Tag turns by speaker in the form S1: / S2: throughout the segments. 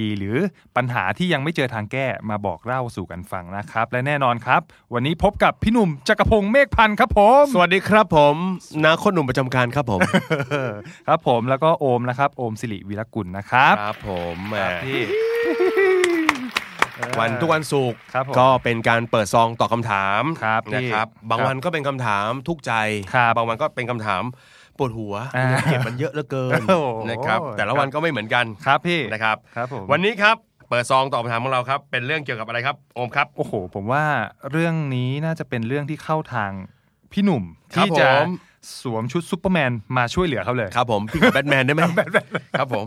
S1: ดีๆ หรือปัญหาที่ยังไม่เจอทางแก้มาบอกเล่าสู่กันฟังนะครับ และแน่นอนครับ วันนี้พบกับพี่หนุ่มจักรพงศ์เมฆพันธ์ครับผม
S2: สวัสดีครับผมนาคนหนุ่มประจำการครับผม
S1: ครับผมแล้วก็โอมนะครับ โอมสิริวีรกุลนะครับ
S2: ครับผมแหม
S1: พี่
S2: วันทุกวันศุกร์
S1: ครับผม
S2: ก็เป็นการเปิดซองตอบคำถาม
S1: ครับ
S2: นะครับ
S1: พี่
S2: บางวันก็เป็นคำถามทุกข์ใจ
S1: ครับ
S2: บางวันก็เป็นคำถามปวดหัว
S1: อ่า
S2: เก็บมันเยอะเหลือเกิน
S1: โอ้โห
S2: นะครับ แต่ละวันก็ไม่เหมือนกัน
S1: ครับพี่
S2: นะครับ
S1: ครับผม
S2: วันนี้ครับเปิดซองตอบคำถามของเราครับ เป็นเรื่องเกี่ยวกับอะไรครับโอมครับ
S1: โอ้โห ผมว่าเรื่องนี้น่าจะเป็นเรื่องที่เข้าทางพี่หนุ่ม
S2: ครับ
S1: ที่จะ
S2: ผม
S1: สวมชุดซูเปอร์แมนมาช่วยเหลือเขาเลย
S2: ครับผมพี่กับแบทแมนได้ไหมครับผม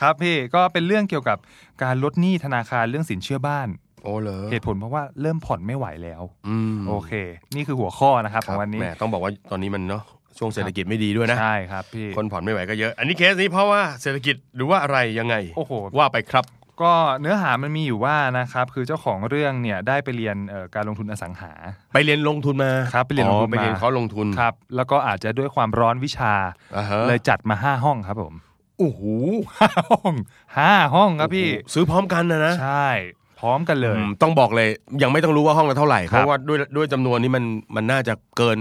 S1: ครับพี่ก็เป็นเรื่องเกี่ยวกับการลดหนี้ธนาคารเรื่องสินเชื่อบ้าน
S2: โอ้เหรอ
S1: เหตุผลเพราะว่าเริ่มผ่อนไม่ไหวแล้ว
S2: อืม
S1: โอเค นี่คือหัวข้อนะครับ
S2: ค
S1: ข
S2: รั
S1: อบ งวันนี้
S2: แหมต้องบอกว่าตอนนี้มันเนาะช่วงเศรษฐกิจไม่ดีด้วยนะ
S1: ใช่ครับพี่
S2: คนผ่อนไม่ไหวก็เยอะ อันนี้เคสนี้เพราะว่าเศรษฐกิจหรือว่าอะไรยังไง
S1: โอ้โห
S2: ว่าไปครับ
S1: ก็เนื้อหามันมีอยู่ว่านะครับคือเจ้าของเรื่องเนี่ยได้ไปเรียนเอ่อการลงทุนอสังหา
S2: ไปเรียนลงทุนมา
S1: ครับไปเรียนลงทุน
S2: อ๋อ
S1: มา
S2: ไปเรียนเขาลงทุน
S1: ครับแล้วก็อาจจะด้วยความร้อนวิชา
S2: อ่าฮะ
S1: เลยจัดมาห้าห้องครับผม
S2: โอ้โห
S1: ห้าห้องห้าห้องครับพี่
S2: ซื้อพร้อมกันนะนะ
S1: ใช่ พร้อมกันเลย
S2: อืมต้องบอกเลยยังไม่ต้องรู้ว่าห้องละเท่าไหร่
S1: ค
S2: เพ
S1: รับ
S2: ราะว่าด้วยด้วยจำนวนนี้มันมันน่าจะเกิน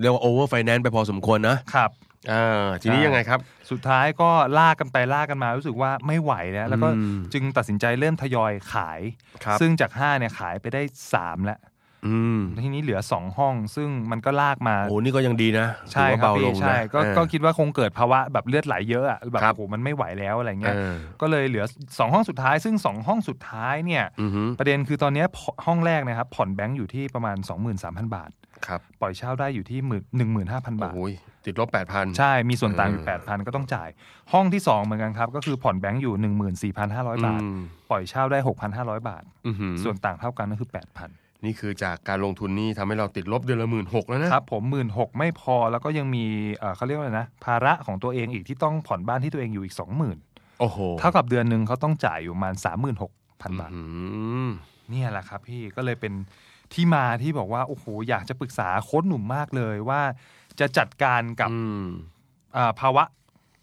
S2: เรียกว่าโอเวอร์ไฟแนนซ์ไปพอสมควรนะครับ อ่าทีนี้
S1: ใช่
S2: ยังไงครับ
S1: สุดท้ายก็ลากกันไปลากกันมารู้สึกว่าไม่ไหวแล้วแล้วก็
S2: อืม
S1: จึงตัดสินใจเริ่มทยอยขาย
S2: ครับ
S1: ซึ่งจาก5เนี่ยขายไปได้ 3 แล้ว
S2: อืม
S1: ทีนี้เหลือ 2 ห้อง ซึ่งมันก็ลากมา
S2: โอ้นี่ก็ยังดีนะ
S1: ใช่
S2: ถือว่า
S1: ครับ
S2: เบาลง
S1: พี่
S2: นะ
S1: ใช่ก็
S2: อ่า
S1: ก็คิดว่าคงเกิดภาวะแบบเลือดไหลเยอะอะแบบ
S2: ครับ
S1: โอ้โหมันไม่ไหวแล้วอะไรเงี้ย
S2: เออ
S1: ก็เลยเหลือ 2 ห้องสุดท้าย ซึ่ง 2 ห้องสุดท้ายเนี่ย
S2: อือฮึ
S1: ประเด็นคือตอนเนี้ยผ่อนห้องแรกนะครับผ่อนแบงก์อยู่ที่ประมาณ 23,000 บาท
S2: ครับ
S1: ปล่อยเช่าได้อยู่ที่หมื่นหนึ่งหมื่นห้าพันบาท
S2: โอ้ยติดลบแปดพัน
S1: ใช่ มีส่วนต่างอยู่
S2: เออ
S1: 8,000 ก็ต้องจ่าย ห้องที่ 2 เหมือนกันครับ ก็คือผ่อนแบงก์อยู่ 14,500 บาท ปล่อยเช่าได้ 6,500 บาท ส่
S2: ส่ว
S1: วน นต่างเท่ากันก็คือ
S2: นี่คือจากการลงทุนนี่ทำให้เราติดลบเดือนละหมื่นหกแล้ว
S1: 8,000
S2: นะ
S1: ครับ ผม 1 6ื่นไม่พอ แล้วก็ยังมีเอ่อเขาเรียกว่าอะไรนะ ภาระของตัวเองอีกที่ต้องผ่อนบ้านที่ตัวเองอยู่อีก 20,000
S2: โอ้โห
S1: เท่ากับเดือนหนึ่งเขาต้องจ่ายอยู่ประมาณ 36,000 บาท
S2: อืม
S1: เนี่ยแหละครับพี่ ก็เลยเป็นที่มาที่บอกว่า โอ้โห อยากจะปรึกษาโค้ชหนุ่มมากเลยว่า จะจัดการกับ
S2: อืม
S1: เอ่อภาวะ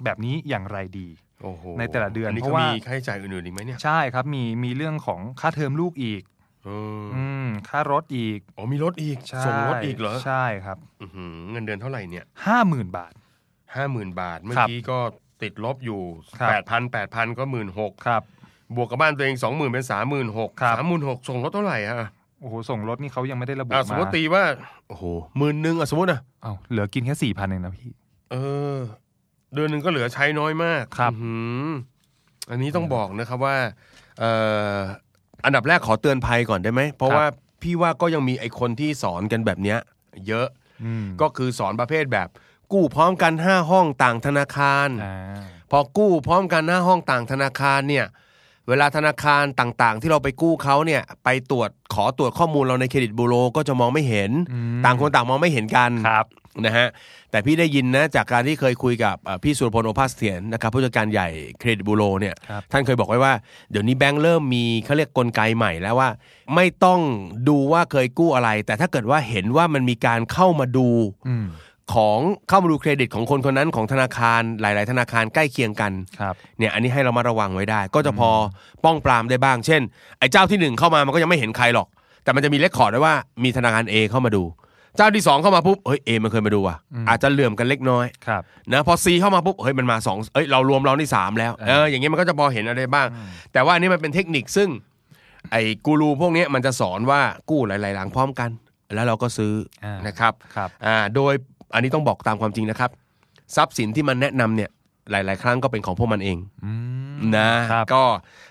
S1: แบบนี้อย่างไรดี
S2: โอ้โห
S1: ในแต่ละเดือน
S2: นี้
S1: เพ
S2: ก็
S1: ราะว่ามี
S2: มีค่าใช้จ่ายอื่นๆอีกไหมเนี่ย
S1: ใช่ครับ มีมีเรื่องของค่าเทอมลูกอีก
S2: เออ
S1: อืมค่ารถอีก
S2: อ๋อมีรถอีก
S1: ใช่
S2: ส่งรถอีกเหรอ
S1: ใช่ครับ
S2: อื้อหือเงินเดือนเท่าไหร่เนี่ย
S1: ห้าหมื่นบาท
S2: ห้าหมื่นบาท เมื่อ
S1: ครับ
S2: กี้ก็ติดลบอยู่
S1: ครับ
S2: แปดพันแปดพันก็หมื่นหก
S1: ครับ
S2: บวกกับบ้านตัวเองสองหมื่นเป็นสามหมื่นหก
S1: ครับ
S2: สามหมื่นหกส่งรถเท่าไหร่อะอ่ะ
S1: โอ้โห ส่งรถนี่เขายังไม่ได้ระบุ
S2: สม
S1: มาม
S2: ติตีว่าโอ้โหหมื่นหนึ่งอ่ะสมมตินะ
S1: เอ้าเหลือกินแค่สี่พันเองนะพี่
S2: เออ เดือนหนึ่งก็เหลือใช้น้อยมาก
S1: ครับ
S2: อื้อหืออันนี้ต้องบอกนะครับว่าเอ่ออันดับแรกขอเตือนภัยก่อนได้ไหมเพราะว่าพี่ว่าก็ยังมีไอ้คนที่สอนกันแบบเนี้ย เยอะ
S1: อืม
S2: ก็คือสอนประเภทแบบ กู้พร้อมกัน 5 ห้องต่างธนาคาร
S1: อ่า
S2: พอกู้พร้อมกัน 5 ห้องต่างธนาคารเนี่ยเวลาธนาคารต่างๆ ที่เราไปกู้เขาเนี่ยไปตรวจขอตรวจข้อมูลเราในเครดิตบูโรก็จะมองไม่เห็น
S1: อืม
S2: ต่างคนต่างมองไม่เห็นกัน
S1: ครับ
S2: นะฮะแต่พี่ได้ยินนะจากการที่เคยคุยกับเอ่อพี่สุรพลโอภาสเถียรนะครับผู้จัดการใหญ่เครดิตบูโรเนี่ย
S1: ครับ
S2: ท่านเคยบอกไว้ว่าเดี๋ยวนี้แบงก์เริ่มมีเขาเรียกกลไกใหม่แล้วว่า ไม่ต้องดูว่าเคยกู้อะไร แต่ถ้าเกิดว่าเห็นว่ามันมีการเข้ามาดู
S1: อืม
S2: ของเข้ามาดูเครดิตของคนคนนั้นของธนาคารหลาย ๆ ธนาคารใกล้เคียงกัน
S1: ครับ
S2: เนี่ยอันนี้ให้เรามาระวังไว้ได้ ก็จะพอป้องปรามได้บ้าง เช่น ไอ้เจ้าที่หนึ่งเข้ามามันก็ยังไม่เห็นใครหรอก แต่มันจะมีเลคคอร์ดไว้ว่ามีธนาคาร A เข้ามาดู เจ้าที่สองเข้ามาปุ๊บเฮ้ยเอมันเคยมาดูว่ะ
S1: อืม
S2: อาจจะเหลื่อมกันเล็กน้อย
S1: ครับ
S2: นะพอ C เข้ามาปุ๊บเฮ้ยมันมาสองเอ้ยเรารวมเรานี่สามแล้วเอออย่างเงี้ยมันก็จะพอเห็นอะไรบ้าง แต่ว่าอันนี้มันเป็นเทคนิคซึ่ง ไอ้กูรูพวกเนี้ยมันจะสอนว่ากู้หลาย ๆ หลังพร้อมกัน แล้วเราก็ซื้อ
S1: อ่าน
S2: นะครับ
S1: ครับ
S2: อ่าโดยอันนี้ต้องบอกตามความจริงนะครับ ทรัพย์สินที่มันแนะนำเนี่ยหลาย ๆ ครั้งก็เป็นของพวกมันเอง
S1: อืม
S2: นะครับ ก็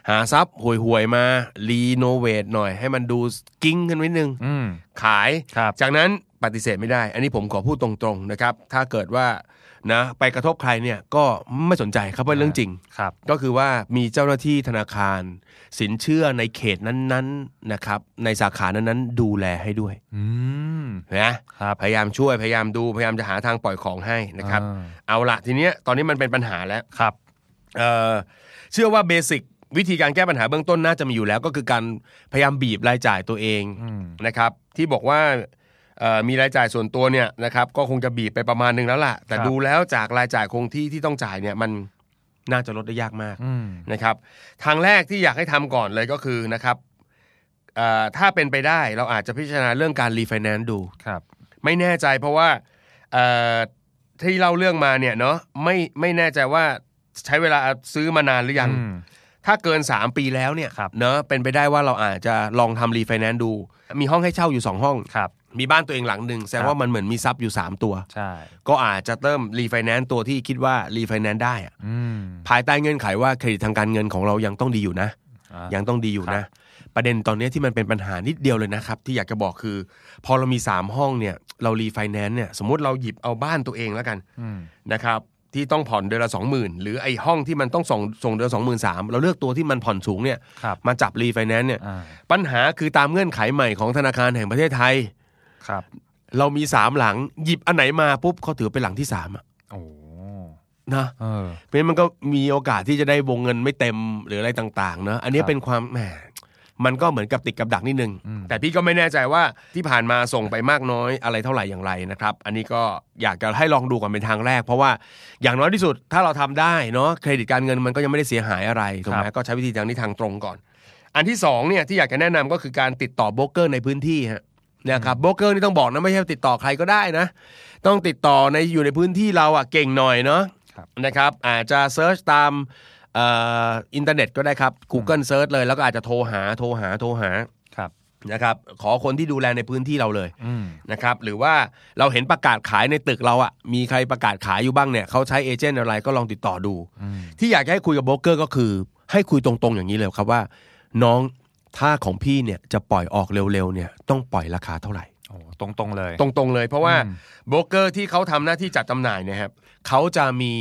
S2: หาทรัพย์ห่วยๆมารีโนเวทหน่อย ให้มันดูกิ้งกันไว้นึง
S1: อืม
S2: ขาย
S1: ครับ
S2: จากนั้นปฏิเสธไม่ได้ อันนี้ผมขอพูดตรงๆนะครับ ถ้าเกิดว่านะไปกระทบใครเนี่ยก็ไม่สนใจครับว่าเรื่องจริง
S1: ครับ
S2: ก็คือว่ามีเจ้าหน้าที่ธนาคาร สินเชื่อในเขตนั้น ๆ นะครับ ในสาขานั้น ๆ ดูแลให้ด้วย
S1: อืม
S2: นะครับ พยายามช่วยพยายามดูพยายามจะหาทางปล่อยของให้นะครับ
S1: อ่า
S2: เอาละทีเนี้ยตอนนี้มันเป็นปัญหาแล้ว
S1: ครับ
S2: เอ่อเชื่อว่าเบสิกวิธีการแก้ปัญหาเบื้องต้นน่าจะมีอยู่แล้ว ก็คือการพยายามบีบรายจ่ายตัวเอง
S1: อืม
S2: นะครับ ที่บอกว่าเอ่อมีรายจ่ายส่วนตัวเนี่ยนะครับ ก็คงจะบีบไปประมาณหนึงแล้วล่ะ แต่
S1: ครับ
S2: ดูแล้วจากรายจ่ายคงที่ที่ต้องจ่ายเนี่ยมันน่าจะลดได้ยากมาก
S1: อืม
S2: นะครับทางแรกที่อยากให้ทำก่อนเลยก็คือนะครับเอ่อถ้าเป็นไปได้เราอาจจะพิจารณาเรื่องการรีไฟแนนซ์ดู
S1: ครับ
S2: ไม่แน่ใจเพราะว่าเอ่อที่เล่าเรื่องมาเนี่ยเนาะไม่ไม่แน่ใจว่าใช้เวลาซื้อมานานหรือยัง
S1: อืม
S2: ถ้าเกิน 3 ปีแล้วเนี่ย
S1: ครับ
S2: เนาะเป็นไปได้ว่าเราอาจจะลองทำรีไฟแนนซ์ดู มีห้องให้เช่าอยู่ 2 ห้อง
S1: ครับ
S2: มีบ้านตัวเองหลังหนึ่งแสดงว่ามันเหมือนมีทรัพย์อยู่ 3 ตัว
S1: ใช่
S2: ก็อาจจะเติมรีไฟแนนซ์ตัวที่คิดว่ารีไฟแนนซ์ได้อะ
S1: อืม
S2: ภายใต้เงื่อนไขว่าเครดิตทางการเงินของเรายังต้องดีอยู่นะ
S1: อ่ะ
S2: ยังต้องดีอยู่นะ ประเด็นตอนนี้ที่มันเป็นปัญหานิดเดียวเลยนะครับ ที่อยากจะบอกคือ พอเรามี 3 ห้องเนี่ยเรารีไฟแนนซ์เนี่ยสมมติเราหยิบเอาบ้านตัวเองแล้วกัน
S1: อืม
S2: นะครับ ที่ต้องผ่อนเดือนละ 20,000 หรือไอ้ห้องที่มันต้องส่งส่งเดือน23,000เราเลือกตัวที่มันผ่อนสูงเนี่ย
S1: ครับ
S2: มาจับรีไฟแนนซ์เนี่ย
S1: อ่า
S2: ปัญหาคือตามเงื่อนไขใหม่ของธนาคารแห่งประเทศไทย
S1: ครับ
S2: เรามีสามหลังหยิบอันไหนมาปุ๊บเขาถือเป็นหลังที่สามอะ
S1: โอ้โห
S2: นะ
S1: เออ
S2: เพราะฉะนั้นมันก็มีโอกาสที่จะได้วงเงินไม่เต็มหรืออะไรต่างๆเนอะอันนี้
S1: ครับ
S2: เป็นความแหมมันก็เหมือนกับติดกับดักนิดนึง
S1: อืม
S2: แต่พี่ก็ไม่แน่ใจว่าที่ผ่านมาส่งไปมากน้อยอะไรเท่าไหร่อย่างไรนะครับ อันนี้ก็อยากจะให้ลองดูก่อนเป็นทางแรก เพราะว่าอย่างน้อยที่สุดถ้าเราทำได้เนาะเครดิตการเงินมันก็ยังไม่ได้เสียหายอะไรถูกไหมก็ใช้วิธีทางนี้ทางตรงก่อน อันที่สองเนี่ยที่อยากจะแนะนำก็คือการติดต่อโบรกเกอร์ในพื้นที่ฮะนะครับโบรกเกอร์นี่ต้องบอกนะไม่ใช่ติดต่อใครก็ได้นะ ต้องติดต่อในอยู่ในพื้นที่เราอ่ะเก่งหน่อยเนาะ
S1: ครับ
S2: นะครับ อาจจะเซิร์ชตามเอ่ออินเทอร์เน็ตก็ได้ครับ Google Search เลยแล้วก็อาจจะโทรหาโทรหาโทรหา
S1: ครับ
S2: นะครับขอคนที่ดูแลในพื้นที่เราเลย
S1: อืม
S2: นะครับหรือว่าเราเห็นประกาศขายในตึกเราอ่ะมีใครประกาศขายอยู่บ้างเนี่ยเขาใช้เอเจนต์อะไรก็ลองติดต่อดู
S1: อืม
S2: ที่อยากจะให้คุยกับโบรกเกอร์ก็คือ ให้คุยตรงๆอย่างนี้เลยครับว่า น้องถ้าของพี่เนี่ยจะปล่อยออกเร็วๆเนี่ยต้องปล่อยราคาเท่าไหร่
S1: โอ้โหตรงๆเลย
S2: ตรงๆเลยเพราะว่า
S1: อืม
S2: โบรกเกอร์ที่เขาทำหน้าที่จัดจำหน่ายเนะครับเขาจะมี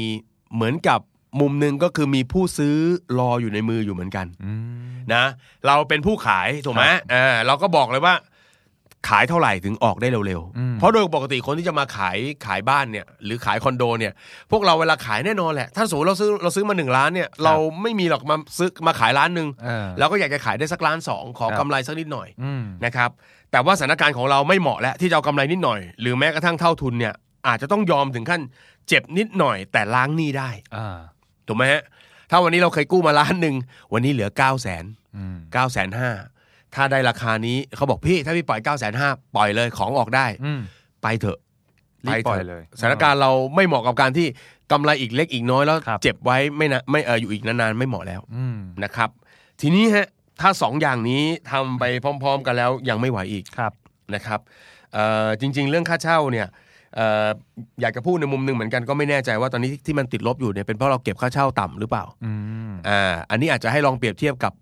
S2: เหมือนกับมุมหนึ่งก็คือมีผู้ซื้อรออยู่ในมืออยู่เหมือนกัน
S1: อืม
S2: นะเราเป็นผู้ขายถูกไหมเออเราก็บอกเลยว่า ขายเท่าไหร่ถึงออกได้เร็ว
S1: อืม
S2: ๆ เพราะโดยปกติคนที่จะมาขายขายบ้านเนี่ยหรือขายคอนโดเนี่ยพวกเราเวลาขายแน่นอนแหละ ถ้าสมมติเราซื้อเราซื้อมาหนึ่งล้านเนี่ยเราไม่มีหรอกมาซื้อมาขายล้านหนึ่ง
S1: เออ
S2: เราก็อยากจะขายได้สักล้านสองขอ
S1: ครับ
S2: กำไรสักนิดหน่อย
S1: อืม
S2: นะครับแต่ว่าสถานการณ์ของเราไม่เหมาะแล้วที่จะเอากำไรนิดหน่อย หรือแม้กระทั่งเท่าทุนเนี่ยอาจจะต้องยอมถึงขั้นเจ็บนิดหน่อย แต่ล้างหนี้ได้
S1: อ่า
S2: ถูกไหมฮะถ้าวันนี้เราเคยกู้มาล้านหนึ่งวันนี้เหลือ9 0 0 0 0
S1: อืม
S2: 9 5 0 0 0ถ้าได้ราคานี้เขาบอกพี่ถ้าพี่ปล่อย 9 5 0 0 0ปล่อยเลยของออกได้
S1: อืม
S2: ไปเถอะ
S1: รีบ
S2: ไปถะ
S1: ปล่อยเลย
S2: สถานการณ์เราไม่เหมาะกับการที่กำไรอีกเล็กอีกน้อยแล้ว
S1: ครับ
S2: เจ็บไว้ไม่นะไม่เอออยู่อีกนานๆไม่เหมาะแล้ว
S1: อืม
S2: นะครับทีนี้ฮะถ้าสองอย่างนี้ทำไปพร้อม ๆ กันแล้วยังไม่ไหวอีก
S1: ครับ
S2: นะครับเอ่อจริง ๆ เรื่องค่าเช่าเนี่ยเอ่ออยากจะพูดในมุมหนึ่งเหมือนกันก็ไม่แน่ใจว่าตอนนี้ที่ที่มันติดลบอยู่เนี่ยเป็นเพราะเราเก็บค่าเช่าต่ำหรือเปล่า
S1: อืม
S2: อ่าอันนี้อาจจะให้ลองเปรียบเทียบกับ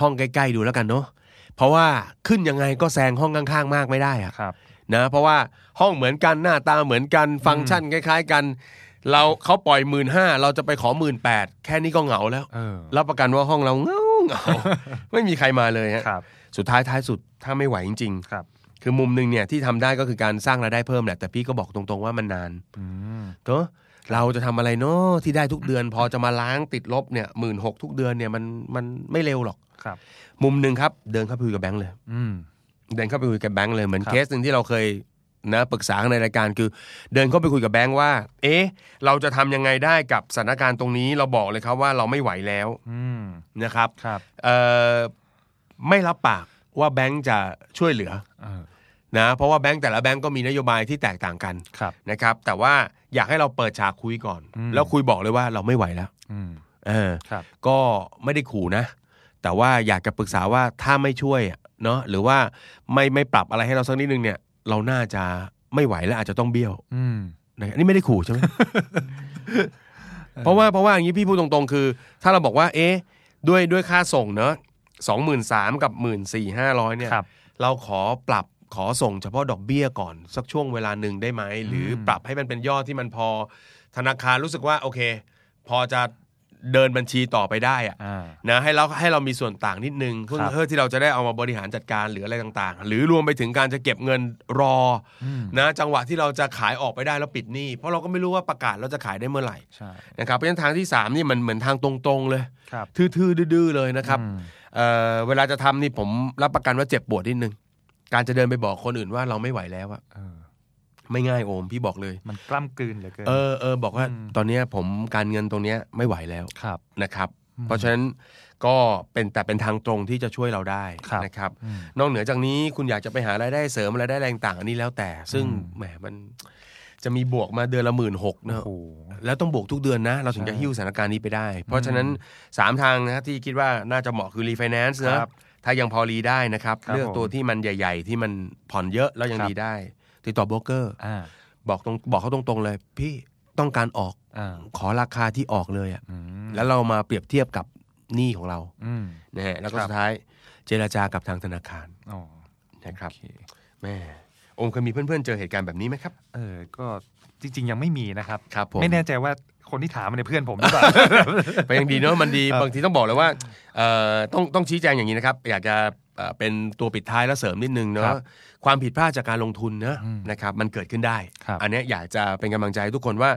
S2: ห้องใกล้ๆดูแล้วกันเนาะเพราะว่าขึ้นยังไงก็แซงห้องข้างๆ มากไม่ได้อะ
S1: ครับ
S2: นะเพราะว่าห้องเหมือนกันหน้าตาเหมือนกันฟังก์ชันคล้าย ๆ กัน เราเขาปล่อยหมื่นห้าเราจะไปขอหมื่นแปดแค่นี้ก็เหงาแล้ว
S1: เออ
S2: รับประกันว่าห้องเราเงาเงา ไม่มีใครมาเลยฮะ
S1: ครับ
S2: สุดท้ายท้ายสุดถ้าไม่ไหวจริง
S1: ครับ
S2: ๆ คือมุมหนึ่งเนี่ยที่ทำได้ก็คือการสร้างรายได้เพิ่มแหละแต่พี่ก็บอกตรงๆว่ามันนาน
S1: อืม
S2: เนอะเราจะทำอะไรเนาะที่ได้ทุกเดือน พอจะมาล้างติดลบเนี่ยหมื่นหกทุกเดือนเนี่ยมันมันไม่เร็วหรอก
S1: ครับ
S2: มุมหนึ่งครับ เดินเข้าไปคุยกับแบงค์เลย
S1: อืม
S2: เดินเข้าไปคุยกับแบงค์เลยเหมือน
S1: ครับ
S2: เคสหนึ่งที่เราเคยนะปรึกษากันในรายการคือ เดินเข้าไปคุยกับแบงค์ว่า เอ๊ะ เราจะทำยังไงได้กับสถานการณ์ตรงนี้เราบอกเลยครับว่าเราไม่ไหวแล้ว
S1: อืม
S2: นะครับ
S1: ครับ
S2: เอ่อไม่รับปากว่าแบงค์จะช่วยเหลือ
S1: เออ
S2: นะเพราะว่าแบงค์แต่ละแบงค์ก็มีนโยบายที่แตกต่างกัน
S1: ครับ
S2: นะครับ แต่ว่าอยากให้เราเปิดฉากคุยก่อน
S1: อืม
S2: แล้วคุยบอกเลยว่าเราไม่ไหวแล้ว
S1: อืม
S2: เออ
S1: ครับ
S2: ก็ไม่ได้ขู่นะ แต่ว่าอยากจะปรึกษาว่าถ้าไม่ช่วยอะเนาะหรือว่าไม่ไม่ปรับอะไรให้เราสักนิดนึงเนี่ย เราน่าจะไม่ไหวแล้วอาจจะต้องเบี้ยว
S1: อืม
S2: นะอันนี่ไม่ได้ขู่ใช่ไหม เพราะว่าเพราะว่าอย่างนี้พี่พูดตรงๆ คือ ถ้าเราบอกว่า เอ๊ะด้วยด้วยค่าส่งเนอะสองหมื่นสามกับหมื่นสี่ห้าร้อยเนี่ย
S1: ครับ
S2: เราขอปรับขอส่งเฉพาะดอกเบี้ยก่อน สักช่วงเวลาหนึ่งได้ไหม หรือปรับให้มันเป็นยอดที่มันพอ ธนาคารรู้สึกว่าโอเค พอจะ เดินบัญชีต่อไปได้อะ
S1: อ่า
S2: นะให้เราให้เรามีส่วนต่างนิดนึงเพื่อ
S1: ครับ
S2: เพื่อที่เราจะได้เอามาบริหารจัดการหรืออะไรต่างๆ หรือรวมไปถึงการจะเก็บเงินรออ
S1: ม
S2: นะจังหวะที่เราจะขายออกไปได้แล้วปิดหนี้เพราะเราก็ไม่รู้ว่าประกาศเราจะขายได้เมื่อไหร่
S1: ใช่
S2: นะครับเพราะฉะนั้นทางที่สามนี่มันเหมือนทางตรงๆเลย
S1: ครับ
S2: ทื่อๆดื้อๆเลยนะครับ
S1: อืม
S2: เอ่อเวลาจะทำนี่ผมรับประกันว่าเจ็บปวดนิดนึงการจะเดินไปบอกคนอื่นว่าเราไม่ไหวแล้วอะ
S1: เออ
S2: ไม่ง่ายโอมพี่บอกเลย
S1: มันกล้ำกลืนเหลือเกิน
S2: เออเออบอกว่า
S1: อืม
S2: ตอนเนี้ยผมการเงินตรงเนี้ยไม่ไหวแล้ว
S1: ครับ
S2: นะครับ
S1: อืม
S2: เพราะฉะนั้นก็เป็นแต่เป็นทางตรงที่จะช่วยเราได้
S1: ครับ
S2: นะครับ
S1: อืม
S2: นอกเหนือจากนี้คุณอยากจะไปหารายได้เสริมรายได้อะไรต่างๆอันนี้แล้วแต่ ซึ่ง
S1: อืม
S2: แหมมันจะมีบวกมาเดือนละหมื่นหกเนอะ
S1: โอ้โห
S2: แล้วต้องบวกทุกเดือนนะ เราถึงจะ
S1: ใช่
S2: หิ้วสถานการณ์นี้ไปได้ เพราะฉะนั้น 3 ทางนะที่คิดว่าน่าจะเหมาะคือรีไฟแนนซ์นะครับ ถ้ายังพอรีได้นะครับ
S1: ครับ
S2: เลือกตัวที่มันใหญ่ ๆ ที่มันผ่อนเยอะแล้วยัง
S1: ครับ
S2: ดีได้ ติดต่อโบรกเกอร์
S1: อ่า
S2: บอกตรงบอกเขาตรงๆเลย พี่ต้องการออก
S1: อ่า
S2: ขอราคาที่ออกเลยอะ
S1: อืม
S2: แล้วเรามาเปรียบเทียบกับหนี้ของเรา
S1: อืม
S2: นะฮะแล้วก็
S1: ครับ
S2: สุดท้ายเจราจากับทางธนาคาร
S1: อ๋อ
S2: นะครับ
S1: โอเค
S2: แม่องค์เคยมีเพื่อนๆเจอเหตุการณ์แบบนี้ไหมครับ
S1: เออ ก็จริง ๆ ยังไม่มีนะครับ
S2: ครับผม
S1: ไม่แน่ใจว่าคนที่ถามมันเป็นเพื่อนผมหรือเปล่า
S2: ไปยังดีเนอะมันดีบางทีต้องบอกเลยว่าเอ่อต้องต้องชี้แจงอย่างนี้นะครับ อยากจะเอ่อเป็นตัวปิดท้ายแล้วเสริมนิดนึง
S1: ครั
S2: เนาะ
S1: บ
S2: ความผิดพลาดจากการลงทุนเนอะ
S1: อืม
S2: นะครับมันเกิดขึ้นได้
S1: ครับ
S2: อันเนี้ยอยากจะเป็นกำลังใจให้ทุกคนว่า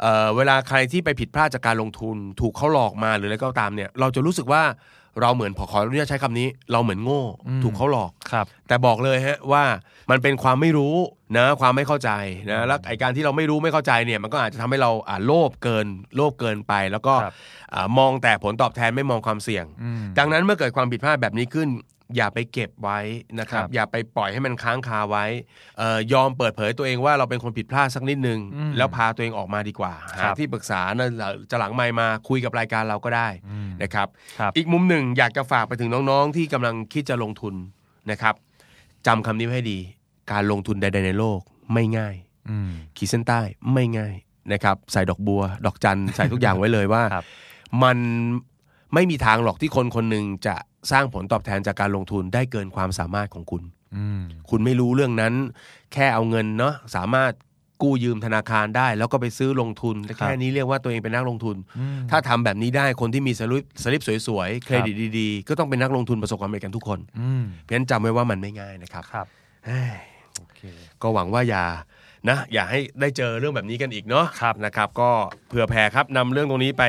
S2: เอ่อเวลาใครที่ไปผิดพลาดจากการลงทุน ถูกเขาหลอกมาหรืออะไรก็ตามเนี่ยเราจะรู้สึกว่าเราเหมือนขอขออนุญาตใช้คำนี้ เราเหมือนโง่ ถูกเขาหลอก
S1: ครับ
S2: แต่บอกเลยฮะว่ามันเป็นความไม่รู้นะความไม่เข้าใจนะแล้วไอการที่เราไม่รู้ไม่เข้าใจเนี่ยมันก็อาจจะทำให้เราอ่าโลภเกินโลภเกินไป แล้วก็
S1: ครับ
S2: อ่ามองแต่ผลตอบแทนไม่มองความเสี่ยง
S1: อืม
S2: ดังนั้นเมื่อเกิดความผิดพลาดแบบนี้ขึ้น อย่าไปเก็บไว้นะครั
S1: ค
S2: บ
S1: รับ
S2: อย่าไปปล่อยให้มันค้างคาไว้เอ่อยอมเปิดเผยตัวเองว่าเราเป็นคนผิดพลาดสักนิดนึง
S1: อืม
S2: แล้วพาตัวเองออกมาดีกว่าหา
S1: ครับ
S2: ที่ปรึกษานะจะหลังไมค์มาคุยกับรายการเราก็ได้
S1: อืม
S2: นะครับ
S1: ครับ
S2: อีกมุมหนึ่งอยากจะฝากไปถึงน้องๆ ที่กำลังคิดจะลงทุนนะครับจำคำนี้ไว้ให้ดี การลงทุนใดๆในโลกไม่ง่าย
S1: อืม
S2: ขีดเส้นใต้ไม่ง่ายนะครับ ใส่ดอกบัว ดอกจัน ใส่ทุกอย่างไว้เลยว่า
S1: ครับ
S2: มันไม่มีทางหรอกที่คนคนหนึ่งจะสร้างผลตอบแทนจากการลงทุนได้เกินความสามารถของคุณ
S1: อืม
S2: คุณไม่รู้เรื่องนั้น แค่เอาเงินเนาะสามารถกู้ยืมธนาคารได้ แล้วก็ไปซื้อลงทุน
S1: ครับ
S2: แค่นี้เรียกว่าตัวเองเป็นนักลงทุน
S1: อืม
S2: ถ้าทำแบบนี้ได้คนที่มีสลิปสลิปสวยๆ เครดิตดีๆ ก็ต้องเป็นนักลงทุนประสบความสำเร็จกันทุกคน
S1: อืม
S2: เพราะฉะนั้นจำไว้ว่ามันไม่ง่ายนะครับ
S1: ครับ
S2: เอ้ย
S1: โอเค
S2: ก็หวังว่าอย่านะอย่าให้ได้เจอเรื่องแบบนี้กันอีกเนาะ
S1: ครับ
S2: นะครับ ก็เผื่อแผ่ครับนำเรื่องตรงนี้ไป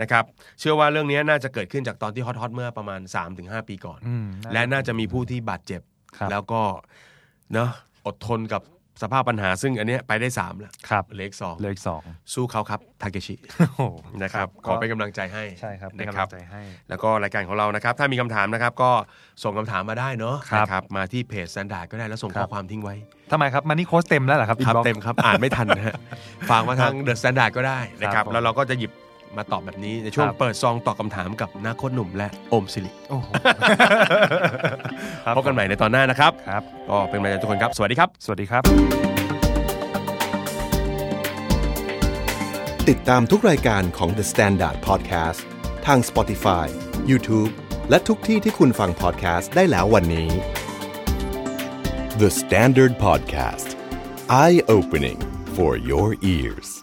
S2: นะครับเชื่อว่าเรื่องนี้น่าจะเกิดขึ้นจากตอนที่ฮอตๆเมื่อประมาณ 3-5 ปีก่อน
S1: อืม
S2: และน่าจะมีผู้ที่บาดเจ็บ
S1: ครับ
S2: แล้วก็เนาะอดทนกับสภาพปัญหาซึ่งอันเนี้ยไปได้สามแล้ว
S1: ครับ
S2: เหลืออีกสอง
S1: เหลยสอง
S2: สู้เขาครับทาเก ชิ
S1: โอ้โห
S2: นะครับขอเป็นกำลังใจให้
S1: ใช่ครับเป็น
S2: นะ
S1: กำ
S2: ค
S1: ลั
S2: รั
S1: ง
S2: บ
S1: ใจให้
S2: แล้วก็รายการของเรานะครับ ถ้ามีคำถามนะครับ ก็ส่งคำถามมาได้เนาะ
S1: ครับ
S2: นะครับมาที่เพจสันดาก็ได้แล้วส่ง
S1: ครั
S2: ข้อบ ความทิ้งไว้
S1: ทำไมครับมันนี่โค้ชเต็มแล้วเหรอครับ
S2: ครับ
S1: inbox
S2: เต็มครับ อ่านไม่ทันนะฮะฝากมาทางเดอะสันดาก็ได้นะค
S1: ครั
S2: รั
S1: บบ ผม
S2: แล้วเราก็จะหยิบมาตอบแบบนี้ในช่วง
S1: ครับ
S2: เปิดซองตอบคำถามกับนักโคตรหนุ่มและโอมสิริ
S1: โอ้โห
S2: พบกันใหม่ในตอนหน้านะครับ
S1: ครับ
S2: ก็เป็นกำลังใจทุกคนครับ สวัสดีครับ
S1: สวัสดีครับ
S3: ติดตามทุกรายการของ The Standard Podcast ทาง Spotify, YouTube และทุกที่ที่คุณฟัง podcast ได้แล้ววันนี้ The Standard Podcast Eye Opening for Your Ears